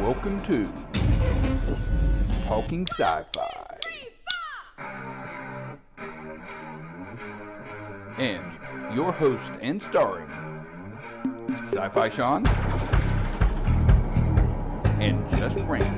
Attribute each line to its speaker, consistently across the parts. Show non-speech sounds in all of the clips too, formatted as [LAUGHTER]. Speaker 1: Welcome to Talking Sci-Fi and your host and starring Sci-Fi Sean and Just Rain.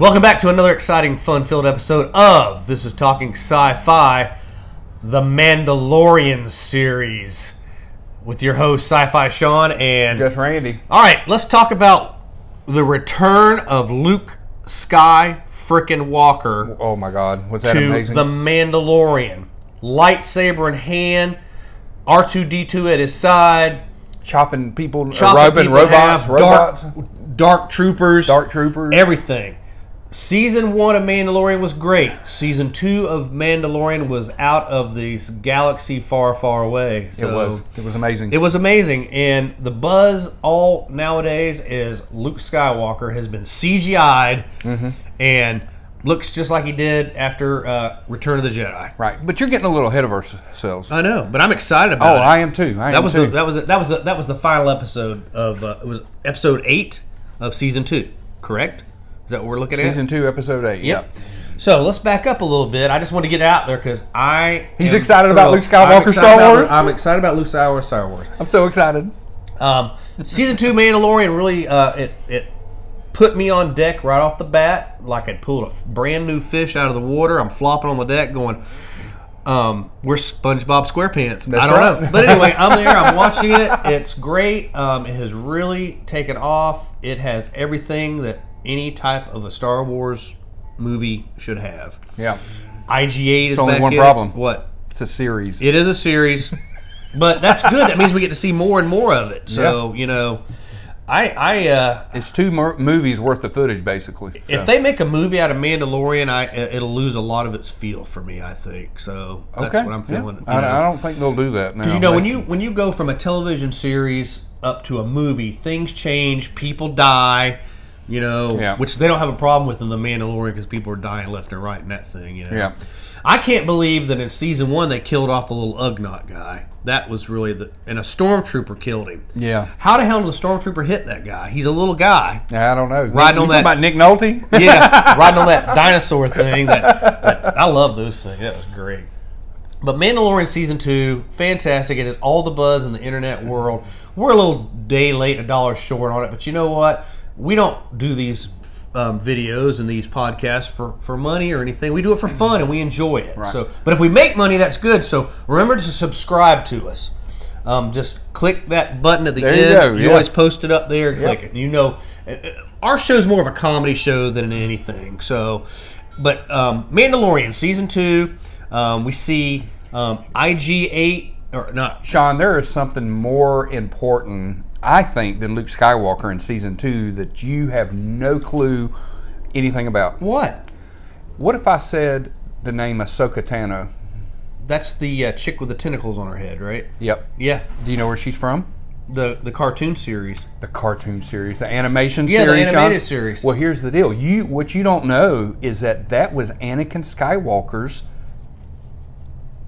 Speaker 2: Welcome back to another exciting, fun filled episode of This is Talking Sci Fi, the Mandalorian series, with your host, Sci Fi Sean. And
Speaker 1: Just Randy.
Speaker 2: all right, let's talk about the return of Luke Sky Frickin' Walker
Speaker 1: Oh my God, was that
Speaker 2: to
Speaker 1: amazing?
Speaker 2: the Mandalorian. Lightsaber in hand, R2D2 at his side,
Speaker 1: Chopping people,
Speaker 2: chopping
Speaker 1: robbing
Speaker 2: people in
Speaker 1: robots,
Speaker 2: half,
Speaker 1: robots,
Speaker 2: dark, dark troopers,
Speaker 1: Dark troopers.
Speaker 2: everything. Season one of Mandalorian was great. Season two of Mandalorian was out of this galaxy far, far away.
Speaker 1: it
Speaker 2: So
Speaker 1: was it was amazing.
Speaker 2: it was amazing, and the buzz all nowadays is Luke Skywalker has been CGI'd
Speaker 1: Mm-hmm.
Speaker 2: and looks just like he did after uh, Return of the Jedi.
Speaker 1: right, but you're getting a little ahead of ourselves.
Speaker 2: I know, but I'm excited
Speaker 1: oh,
Speaker 2: about it.
Speaker 1: I am too. I am
Speaker 2: Uh, That was
Speaker 1: too.
Speaker 2: the that was the, that was the, that was the final episode of uh, it was episode eight of season two. Correct? Is that what we're looking
Speaker 1: season two, episode eight.
Speaker 2: at? Yep. So let's back up a little bit. I just want to get it out there because I
Speaker 1: He's
Speaker 2: am
Speaker 1: excited about Luke
Speaker 2: thrilled.
Speaker 1: Skywalker
Speaker 2: I'm excited
Speaker 1: Star
Speaker 2: about-
Speaker 1: Wars?
Speaker 2: I'm excited about Luke Skywalker Star Wars.
Speaker 1: I'm so excited.
Speaker 2: Um, season two Mandalorian really uh, it it put me on deck right off the bat, like I'd pulled a f- brand new fish out of the water. I'm flopping on the deck, going, um, "We're SpongeBob SquarePants." I don't
Speaker 1: right.
Speaker 2: know,
Speaker 1: [LAUGHS]
Speaker 2: but anyway, I'm there. I'm watching it. It's great. Um, it has really taken off. It has everything that any type of a Star Wars movie should have.
Speaker 1: Yeah,
Speaker 2: IGA is
Speaker 1: only
Speaker 2: back
Speaker 1: one
Speaker 2: in.
Speaker 1: problem.
Speaker 2: What?
Speaker 1: it's a series.
Speaker 2: It is a series, but that's good. That means we get to see more and more of it. So you know, I I uh,
Speaker 1: It's two mo- movies worth of footage, basically. So.
Speaker 2: if they make a movie out of Mandalorian, I it- it'll lose a lot of its feel for me. I think so. That's what I'm
Speaker 1: yeah.
Speaker 2: feeling.
Speaker 1: I,
Speaker 2: you know.
Speaker 1: I don't think they'll do that now.
Speaker 2: you know when you when you go from a television series up to a movie things change people die you know
Speaker 1: Yeah.
Speaker 2: which they don't have a problem with in the mandalorian because people are dying left and right in that thing you know
Speaker 1: Yeah.
Speaker 2: i can't believe that in season one they killed off the little ugnaught guy that was really the and a stormtrooper killed him
Speaker 1: Yeah.
Speaker 2: how the hell did a stormtrooper hit that guy he's a little guy
Speaker 1: I don't know.
Speaker 2: Riding
Speaker 1: you, you
Speaker 2: on that-
Speaker 1: talking about Nick Nolte? [LAUGHS]
Speaker 2: yeah, riding on that dinosaur thing. That, that- I love those things. That was great. But Mandalorian season two, fantastic. It is all the buzz in the internet world. We're a little day late, a dollar short on it, but you know what? We don't do these um, videos and these podcasts for, for money or anything. We do it for
Speaker 1: Mm-hmm.
Speaker 2: fun and we enjoy it. So, but if we make money, that's good. So remember to subscribe to us. Um, just click that button at the
Speaker 1: There you
Speaker 2: end.
Speaker 1: go, yeah.
Speaker 2: always post it up there and click it. You know, uh, our show's more of a comedy show than anything. So, but um, Mandalorian season two, um, we see um, IG eight or not.
Speaker 1: Sean, there is something more important, I think, than Luke Skywalker in season two that you have no clue anything about.
Speaker 2: What?
Speaker 1: What if I said the name Ahsoka Tano?
Speaker 2: That's the uh, chick with the tentacles on her head, right?
Speaker 1: Yep.
Speaker 2: Yeah,
Speaker 1: Do you know where she's from?
Speaker 2: the the cartoon series.
Speaker 1: The cartoon series, the animation
Speaker 2: Yeah, the
Speaker 1: series. Sean?
Speaker 2: animated series.
Speaker 1: Well, here's the deal. You what you don't know is that that was Anakin Skywalker's.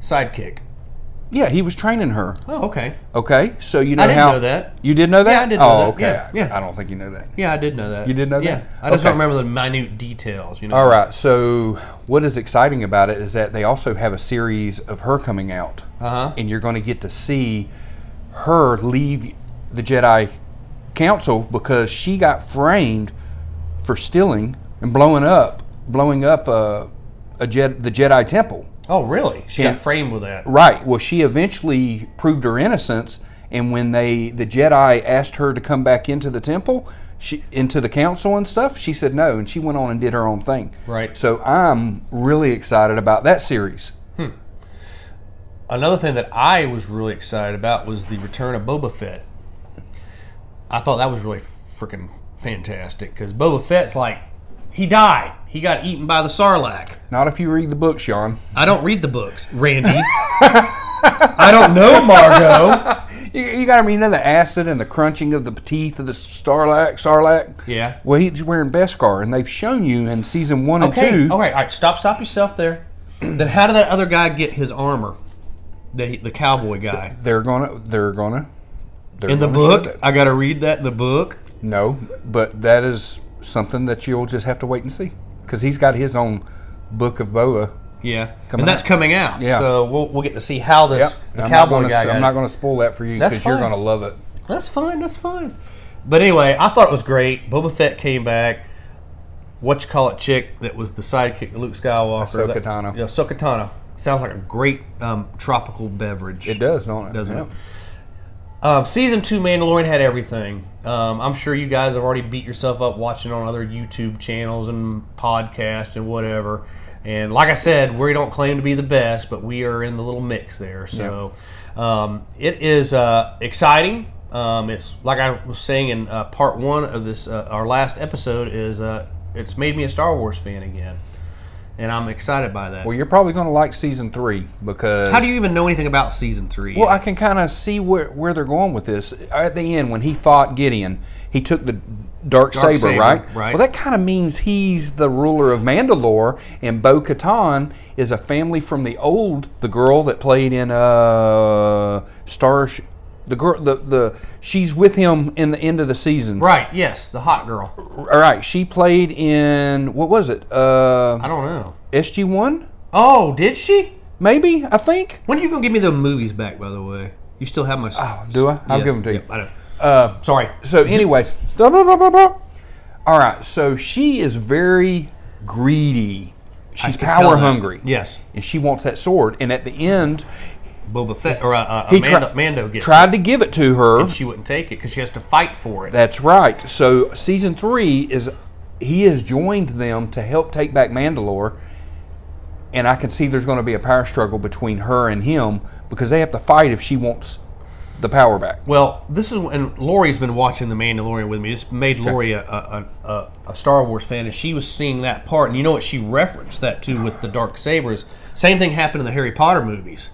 Speaker 2: Sidekick.
Speaker 1: Yeah, he was training her.
Speaker 2: Oh, okay.
Speaker 1: Okay, so you know
Speaker 2: I didn't
Speaker 1: how
Speaker 2: know that.
Speaker 1: you did know that.
Speaker 2: Yeah, I did know
Speaker 1: oh,
Speaker 2: that.
Speaker 1: okay.
Speaker 2: Yeah, yeah.
Speaker 1: I don't think you know that.
Speaker 2: Yeah, I did know that.
Speaker 1: You did know that?
Speaker 2: Yeah, I just
Speaker 1: Okay.
Speaker 2: don't remember the minute details. You know.
Speaker 1: All right. So what is exciting about it is that they also have a series of her coming out, uh-huh. and you're going to get to see her leave the Jedi Council because she got framed for stealing and blowing up, blowing up a, a Jed, the Jedi Temple.
Speaker 2: Oh, really? She
Speaker 1: And-
Speaker 2: got framed with that.
Speaker 1: Right. Well, she eventually proved her innocence, and when they the Jedi asked her to come back into the temple, she into the council and stuff, she said no, and she went on and did her own thing.
Speaker 2: Right.
Speaker 1: So I'm really excited about that series.
Speaker 2: Another thing that I was really excited about was the return of Boba Fett. I thought that was really freaking fantastic because Boba Fett's like, he died. He got eaten by the Sarlacc.
Speaker 1: Not if you read the book, Sean.
Speaker 2: [LAUGHS] I don't read the books, Randy. I don't know Margot.
Speaker 1: You, you got to you know the acid and the crunching of the teeth of the Starlac, Sarlacc.
Speaker 2: Yeah.
Speaker 1: Well, he's wearing Beskar, and they've shown you in season one
Speaker 2: Okay. Oh.
Speaker 1: and two.
Speaker 2: All right. All right. Stop. Stop yourself there. then how did that other guy get his armor? The the cowboy guy
Speaker 1: They're gonna. They're gonna. They're
Speaker 2: in the
Speaker 1: gonna show
Speaker 2: book.
Speaker 1: that.
Speaker 2: I got to read that in the book.
Speaker 1: No, but that is something that you'll just have to wait and see because he's got his own book of Boa.
Speaker 2: Yeah.
Speaker 1: Coming
Speaker 2: and that's
Speaker 1: out.
Speaker 2: coming out.
Speaker 1: Yeah.
Speaker 2: So we'll, we'll get to see how
Speaker 1: Yep.
Speaker 2: this the
Speaker 1: I'm not
Speaker 2: cowboy
Speaker 1: gonna,
Speaker 2: guy. got
Speaker 1: I'm
Speaker 2: it.
Speaker 1: not going to spoil that for you
Speaker 2: That's
Speaker 1: because you're
Speaker 2: fine.
Speaker 1: going to love it.
Speaker 2: That's fine. That's fine. But anyway, I thought it was great. Boba Fett came back. What you call it, chick that was the sidekick to Luke Skywalker?
Speaker 1: Ahsoka
Speaker 2: That-
Speaker 1: Tano.
Speaker 2: Yeah, Ahsoka Tano. Sounds like a great um, tropical beverage.
Speaker 1: It does, don't it?
Speaker 2: doesn't
Speaker 1: Yeah.
Speaker 2: it? Um, season two Mandalorian had everything. Um, I'm sure you guys have already beat yourself up watching on other YouTube channels and podcasts and whatever. And like I said, we don't claim to be the best, but we are in the little mix there. So um, it is uh, exciting. Um, it's like I was saying in uh, part one of this, uh, our last episode is uh, it's made me a Star Wars fan again, and I'm excited by that.
Speaker 1: Well, you're probably going to like season three because
Speaker 2: How do you even know anything about season three?
Speaker 1: Well, I can kind of see where, where they're going with this. At the end, when he fought Gideon, he took the dark, saber,
Speaker 2: saber,
Speaker 1: right?
Speaker 2: right.
Speaker 1: Well, that kind of means he's the ruler of Mandalore, and Bo Katan is a family from the old, the girl that played in uh, Star, the girl, the the she's with him in the end of the season,
Speaker 2: right? Yes, the hot girl.
Speaker 1: All right, she played in what was it? Uh,
Speaker 2: I don't know.
Speaker 1: SG One,
Speaker 2: Oh, did she?
Speaker 1: maybe I think.
Speaker 2: When are you gonna give me the movies back? By the way, you still have my. Oh,
Speaker 1: do I? I'll give 'em to you.
Speaker 2: I know. Uh, Sorry.
Speaker 1: So, anyways, da, da, da, da, da. all right. So she is very greedy. She's
Speaker 2: can tell
Speaker 1: power
Speaker 2: that.
Speaker 1: hungry.
Speaker 2: Yes.
Speaker 1: and she wants that sword. And at the end,
Speaker 2: Boba Fett or uh, uh,
Speaker 1: He
Speaker 2: Mando,
Speaker 1: tri-
Speaker 2: Mando gets
Speaker 1: tried to give it to her.
Speaker 2: it. She wouldn't take it because she has to fight for it.
Speaker 1: That's right. So season three is he has joined them to help take back Mandalore. And I can see there's going to be a power struggle between her and him because they have to fight if she wants the power back.
Speaker 2: well, this is and Lori's been watching The Mandalorian with me. This made Lori a, a, a- a, a Star Wars fan, and she was seeing that part. And you know what? She referenced that too with the dark sabers. Same thing happened in the Harry Potter movies,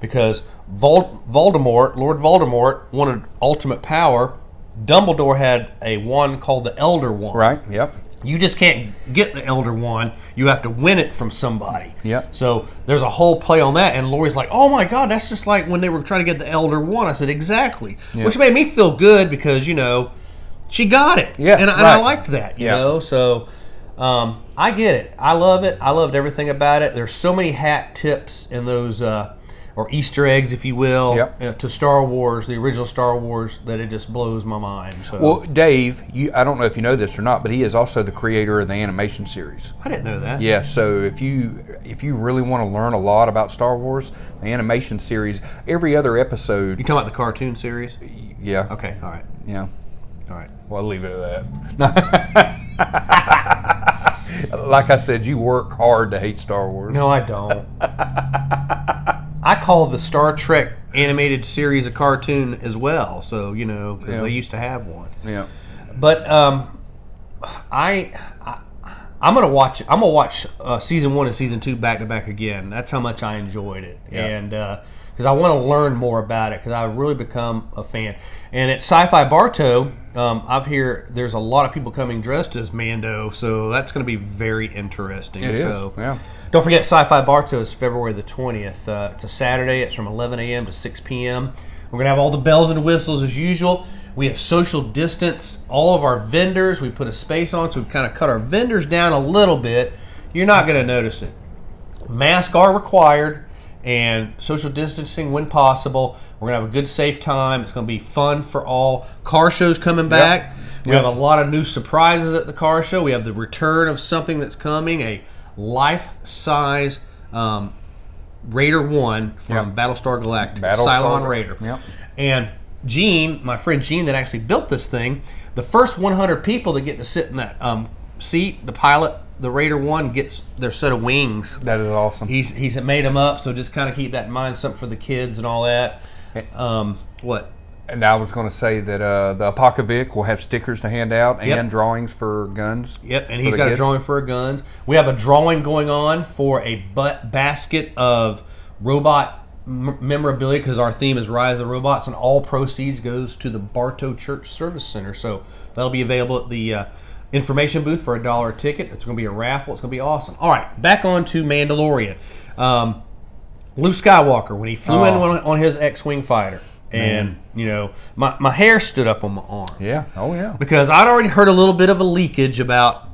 Speaker 2: because Vol- Voldemort, Lord Voldemort, wanted ultimate power. Dumbledore had a wand called the Elder Wand.
Speaker 1: Right? Yep.
Speaker 2: You just can't get the Elder One. You have to win it from somebody.
Speaker 1: Yeah.
Speaker 2: So there's a whole play on that, and Lori's like, "Oh my God, that's just like when they were trying to get the Elder One." I said, "Exactly," which made me feel good because you know she got it.
Speaker 1: Yeah,
Speaker 2: And, I- and I
Speaker 1: right.
Speaker 2: liked that. You
Speaker 1: Yeah.
Speaker 2: know, so um, I get it. I love it. I loved everything about it. There's so many hat tips in those. Uh, or Easter eggs, if you will,
Speaker 1: Yep.
Speaker 2: uh, to Star Wars, the original Star Wars, that it just blows my mind. So
Speaker 1: Well, Dave, you, I don't know if you know this or not, but he is also the creator of the animation series.
Speaker 2: I didn't know that.
Speaker 1: Yeah, so if you if you really want to learn a lot about Star Wars, the animation series, every other
Speaker 2: You
Speaker 1: episode,
Speaker 2: talking about the cartoon series?
Speaker 1: yeah,
Speaker 2: Okay, all right,
Speaker 1: yeah.
Speaker 2: all right.
Speaker 1: Well, I'll leave it at that. [LAUGHS] like I said, you work hard to hate Star Wars.
Speaker 2: No, I [LAUGHS] don't. I call the Star Trek animated series a cartoon as well, so you know because
Speaker 1: Yeah.
Speaker 2: they used to have one.
Speaker 1: Yeah.
Speaker 2: But um, I, I I'm gonna watch. I'm gonna watch uh, season one and season two back to back again. That's how much I enjoyed it,
Speaker 1: Yeah.
Speaker 2: and because I want to learn more about it because I've really become a fan. And at Sci-Fi Bartow, um, I've hear there's a lot of people coming dressed as Mando, so that's gonna be very interesting.
Speaker 1: It is.
Speaker 2: So,
Speaker 1: Yeah.
Speaker 2: don't forget, Sci Fi Bartow is February the 20th. Uh, it's a Saturday. It's from 11 a.m. to 6 p.m. We're going to have all the bells and whistles as usual. We have social distanced all of our vendors. We put a space on, so we've kind of cut our vendors down a little bit. You're not going to notice it. Masks are required and social distancing when possible. We're going to have a good, safe time. It's going to be fun for all. Car show's coming back. We have a lot of new surprises at the car show. We have the return of something that's coming a life size um, Raider 1 from Battlestar Galactica,
Speaker 1: Battlestar
Speaker 2: Cylon
Speaker 1: Gal-
Speaker 2: Raider.
Speaker 1: Yep.
Speaker 2: And Gene, my friend Gene, that actually built this thing, the first 100 people that get to sit in that um, seat, the pilot, the Raider 1 gets their set of wings
Speaker 1: That is awesome.
Speaker 2: he's he's made them up. So just kind of keep that in mind, something for the kids and all that. Um, what?
Speaker 1: and I was going to say that uh, the Apocavic will have stickers to hand out
Speaker 2: Yep.
Speaker 1: and drawings for guns.
Speaker 2: Yep, and
Speaker 1: for
Speaker 2: he's
Speaker 1: the
Speaker 2: got a
Speaker 1: kids.
Speaker 2: drawing for a guns. We have a drawing going on for a butt basket of robot m- memorabilia because our theme is Rise of the Robots, and all proceeds goes to the Bartow Church Service Center. So that'll be available at the uh, information booth for a dollar a ticket. It's going to be a raffle. It's going to be awesome. All right, back on to Mandalorian. Um, Luke Skywalker when he flew in
Speaker 1: Oh.
Speaker 2: on, on his X-wing fighter, and you know my, my hair stood up on my arm
Speaker 1: Yeah. Oh yeah.
Speaker 2: because I'd already heard a little bit of a leakage about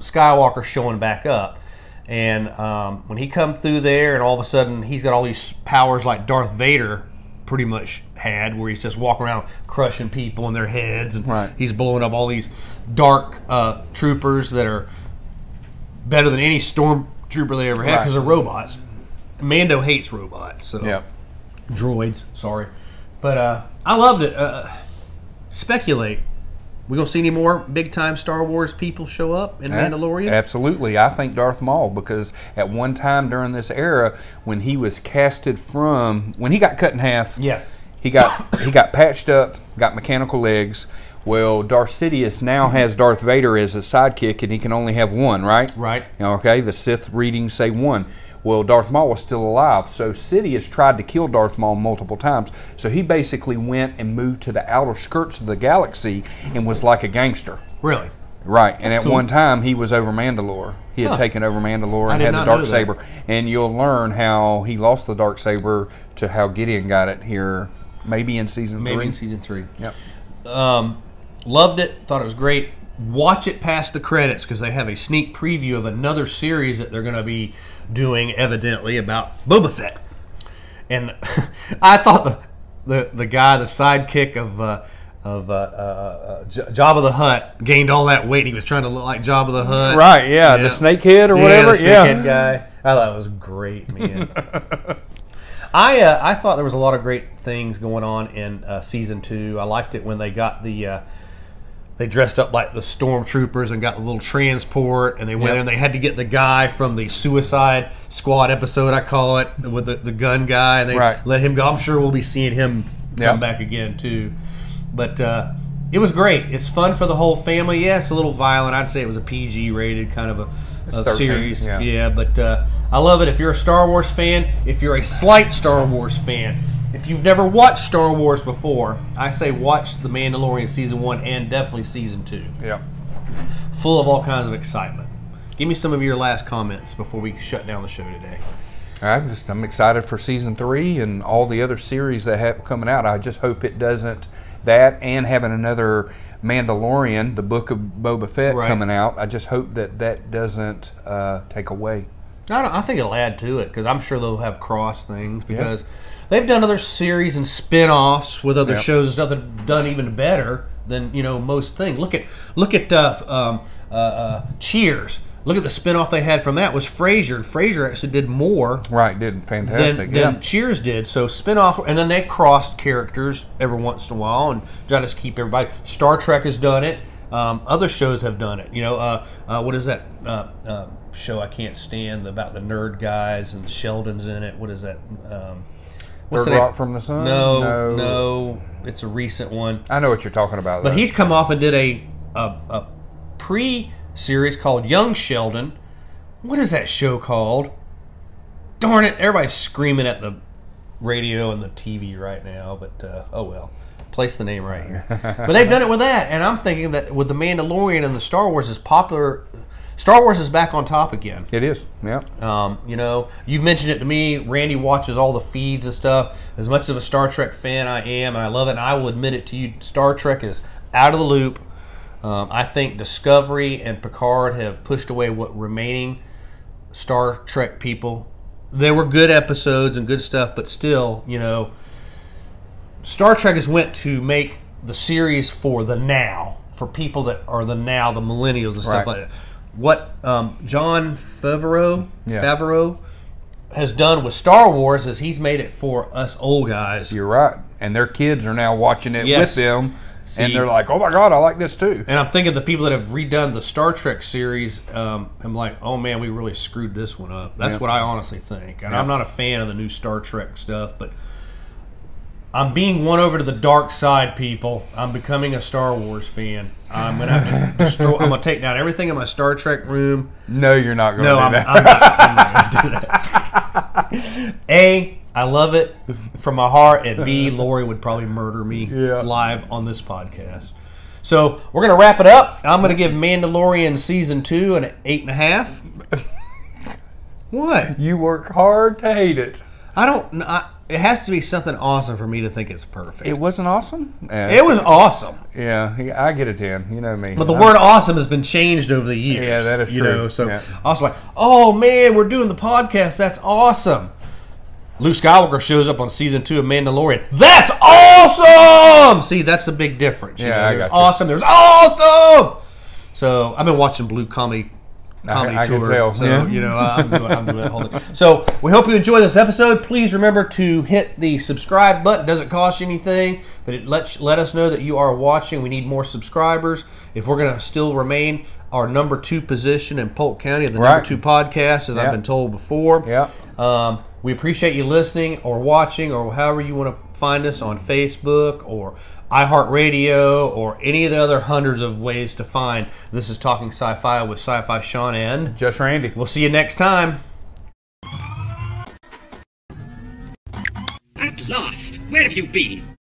Speaker 2: Skywalker showing back up, and um, when he come through there, and all of a sudden he's got all these powers like Darth Vader pretty much had, where he's just walking around crushing people in their heads, and
Speaker 1: Right.
Speaker 2: he's blowing up all these dark uh, troopers that are better than any stormtrooper they ever had
Speaker 1: Right.
Speaker 2: because they're robots. Mando hates robots, so
Speaker 1: Yeah.
Speaker 2: droids. Sorry, but uh, I loved it. Uh, speculate. We gonna see any more big time Star Wars people show up
Speaker 1: Eh,
Speaker 2: in Mandalorian?
Speaker 1: Absolutely. I think Darth Maul because at one time during this era when he was casted from when he got cut in half,
Speaker 2: Yeah.
Speaker 1: He got he got patched up, got mechanical legs. Well, Darth Sidious now
Speaker 2: Mm-hmm.
Speaker 1: has Darth Vader as a sidekick and he can only have one, right?
Speaker 2: Right.
Speaker 1: Okay, the Sith readings say one. Well, Darth Maul was still alive, so Sidious tried to kill Darth Maul multiple times. So he basically went and moved to the outer skirts of the galaxy and was like a gangster.
Speaker 2: Really?
Speaker 1: Right, and at
Speaker 2: cool.
Speaker 1: one time he was over Mandalore. He had
Speaker 2: Huh.
Speaker 1: taken over Mandalore
Speaker 2: I
Speaker 1: and
Speaker 2: did
Speaker 1: had the
Speaker 2: not know
Speaker 1: dark
Speaker 2: that.
Speaker 1: saber. And you'll learn how he lost the dark saber to how Gideon got it here, maybe in season
Speaker 2: Maybe
Speaker 1: three.
Speaker 2: in season three.
Speaker 1: Yep.
Speaker 2: Um, loved it. Thought it was great. Watch it past the credits because they have a sneak preview of another series that they're gonna be doing, evidently about Boba Fett. And [LAUGHS] I thought the the, the guy, the sidekick of. Uh, of uh, uh, uh, J- Jabba the Hutt gained all that weight. He was trying to look like Jabba the Hutt.
Speaker 1: Right, yeah, the snake head or whatever,
Speaker 2: the snake
Speaker 1: yeah.
Speaker 2: head guy. I thought it was
Speaker 1: [LAUGHS]
Speaker 2: great, man. I uh, I thought there was a lot of great things going on in uh, season two. I liked it when they got the. Uh, they dressed up like the stormtroopers and got the little transport, and they went
Speaker 1: Yep.
Speaker 2: there and they had to get the guy from the Suicide Squad episode, I call it, with the, the gun guy, and they
Speaker 1: Right.
Speaker 2: let him go. I'm sure we'll be seeing him
Speaker 1: Yep.
Speaker 2: come back again too. But uh, it was great. It's fun for the whole family. Yeah, it's a little violent. I'd say it was a PG rated kind of a, a
Speaker 1: 13,
Speaker 2: series.
Speaker 1: yeah.
Speaker 2: Yeah, but uh, I love it. If you're a Star Wars fan, if you're a slight Star Wars fan, if you've never watched Star Wars before, I say watch The Mandalorian season one and definitely season two.
Speaker 1: Yeah.
Speaker 2: Full of all kinds of excitement. Give me some of your last comments before we shut down the show today.
Speaker 1: I'm just I'm excited for season three and all the other series that have coming out. I just hope it doesn't that and having another Mandalorian, the book of Boba Fett
Speaker 2: Right.
Speaker 1: coming out. I just hope that that doesn't uh, take away.
Speaker 2: I, don't, I think it'll add to it because I'm sure they'll have cross things because they've done other series and spin-offs with other
Speaker 1: Yeah.
Speaker 2: shows and stuff that done even better than you know most thing. Look at look at uh, um, uh, uh, Cheers. Look at the spin-off they had from that was Frasier, and Frasier actually did more
Speaker 1: Right, did
Speaker 2: than,
Speaker 1: fantastic. yeah.
Speaker 2: than Cheers did. So spin-off, and then they crossed characters every once in a while and try to keep everybody. Star Trek has done it. Um, other shows have done it. You know, uh, uh, what is that uh, uh, show I can't stand about the nerd guys and Sheldon's in it? What is that? Um, what's
Speaker 1: Third
Speaker 2: the name?
Speaker 1: Rock from the Sun?
Speaker 2: No, no,
Speaker 1: No.
Speaker 2: It's a recent one.
Speaker 1: I know what you're talking about.
Speaker 2: But
Speaker 1: though.
Speaker 2: he's come off and did a a, a pre series called Young Sheldon. What is that show called? Darn it! Everybody's screaming at the radio and the TV right now. But uh, oh well, place the name right here. but they've done it with that, and I'm thinking that with the Mandalorian and the Star Wars is popular. Star Wars is back on top again.
Speaker 1: it is. Yeah.
Speaker 2: Um, you know, you've mentioned it to me. Randy watches all the feeds and stuff. As much of a Star Trek fan I am, and I love it, and I will admit it to you, Star Trek is out of the loop. Um, I think Discovery and Picard have pushed away what remaining Star Trek people. There were good episodes and good stuff, but still, you know, Star Trek has went to make the series for the now, for people that are the now, the millennials and
Speaker 1: Right.
Speaker 2: stuff like that. What um, John Favreau,
Speaker 1: Yeah.
Speaker 2: Favreau has done with Star Wars is he's made it for us old guys.
Speaker 1: You're right. And their kids are now watching it
Speaker 2: Yes.
Speaker 1: with them.
Speaker 2: See-
Speaker 1: and they're like, oh my God, I like this too.
Speaker 2: and I'm thinking the people that have redone the Star Trek series, um, I'm like, oh man, we really screwed this one up. That's
Speaker 1: Yeah.
Speaker 2: what I honestly think. And I'm not a fan of the new Star Trek stuff, but I'm being won over to the dark side, people. I'm becoming a Star Wars fan. I'm gonna have to destroy. I'm gonna take down everything in my Star Trek room.
Speaker 1: No, you're not going to
Speaker 2: No,
Speaker 1: do
Speaker 2: I'm,
Speaker 1: that.
Speaker 2: I'm not. I'm not gonna do that. a I love it from my heart. And B, Lori would probably murder me
Speaker 1: Yeah.
Speaker 2: live on this podcast. So we're gonna wrap it up. I'm gonna give Mandalorian season two an eight and a half. what?
Speaker 1: You work hard to hate it.
Speaker 2: I don't. kn- I, it has to be something awesome for me to think it's perfect.
Speaker 1: It wasn't awesome. Yeah,
Speaker 2: It was awesome,
Speaker 1: Uh, yeah, he- I get a ten. You know me.
Speaker 2: but the word "awesome" has been changed over the years.
Speaker 1: Yeah, that is
Speaker 2: you
Speaker 1: true.
Speaker 2: Know, so
Speaker 1: Yeah.
Speaker 2: also, like, oh man, we're doing the podcast. That's awesome. Luke Skywalker shows up on season two of Mandalorian. That's awesome. See, that's the big difference. you
Speaker 1: Yeah,
Speaker 2: know,
Speaker 1: I
Speaker 2: there's
Speaker 1: got you.
Speaker 2: awesome. There's awesome. So I've been watching Blue Comedy. Comedy
Speaker 1: I can
Speaker 2: tour,
Speaker 1: tell.
Speaker 2: so
Speaker 1: Yeah.
Speaker 2: you know I'm doing, I'm doing that whole thing. So we hope you enjoy this episode. Please remember to hit the subscribe button. Doesn't cost you anything, but it lets let us know that you are watching. We need more subscribers if we're going to still remain our number two position in Polk County, the number
Speaker 1: Right.
Speaker 2: two podcast, as
Speaker 1: Yeah.
Speaker 2: I've been told before.
Speaker 1: Yeah.
Speaker 2: Um, we appreciate you listening or watching or however you want to find us on Facebook or iHeartRadio or any of the other hundreds of ways to find. This is Talking Sci Fi with Sci Fi Sean and.
Speaker 1: Just Randy.
Speaker 2: We'll see you next time.
Speaker 3: At last! Where have you been?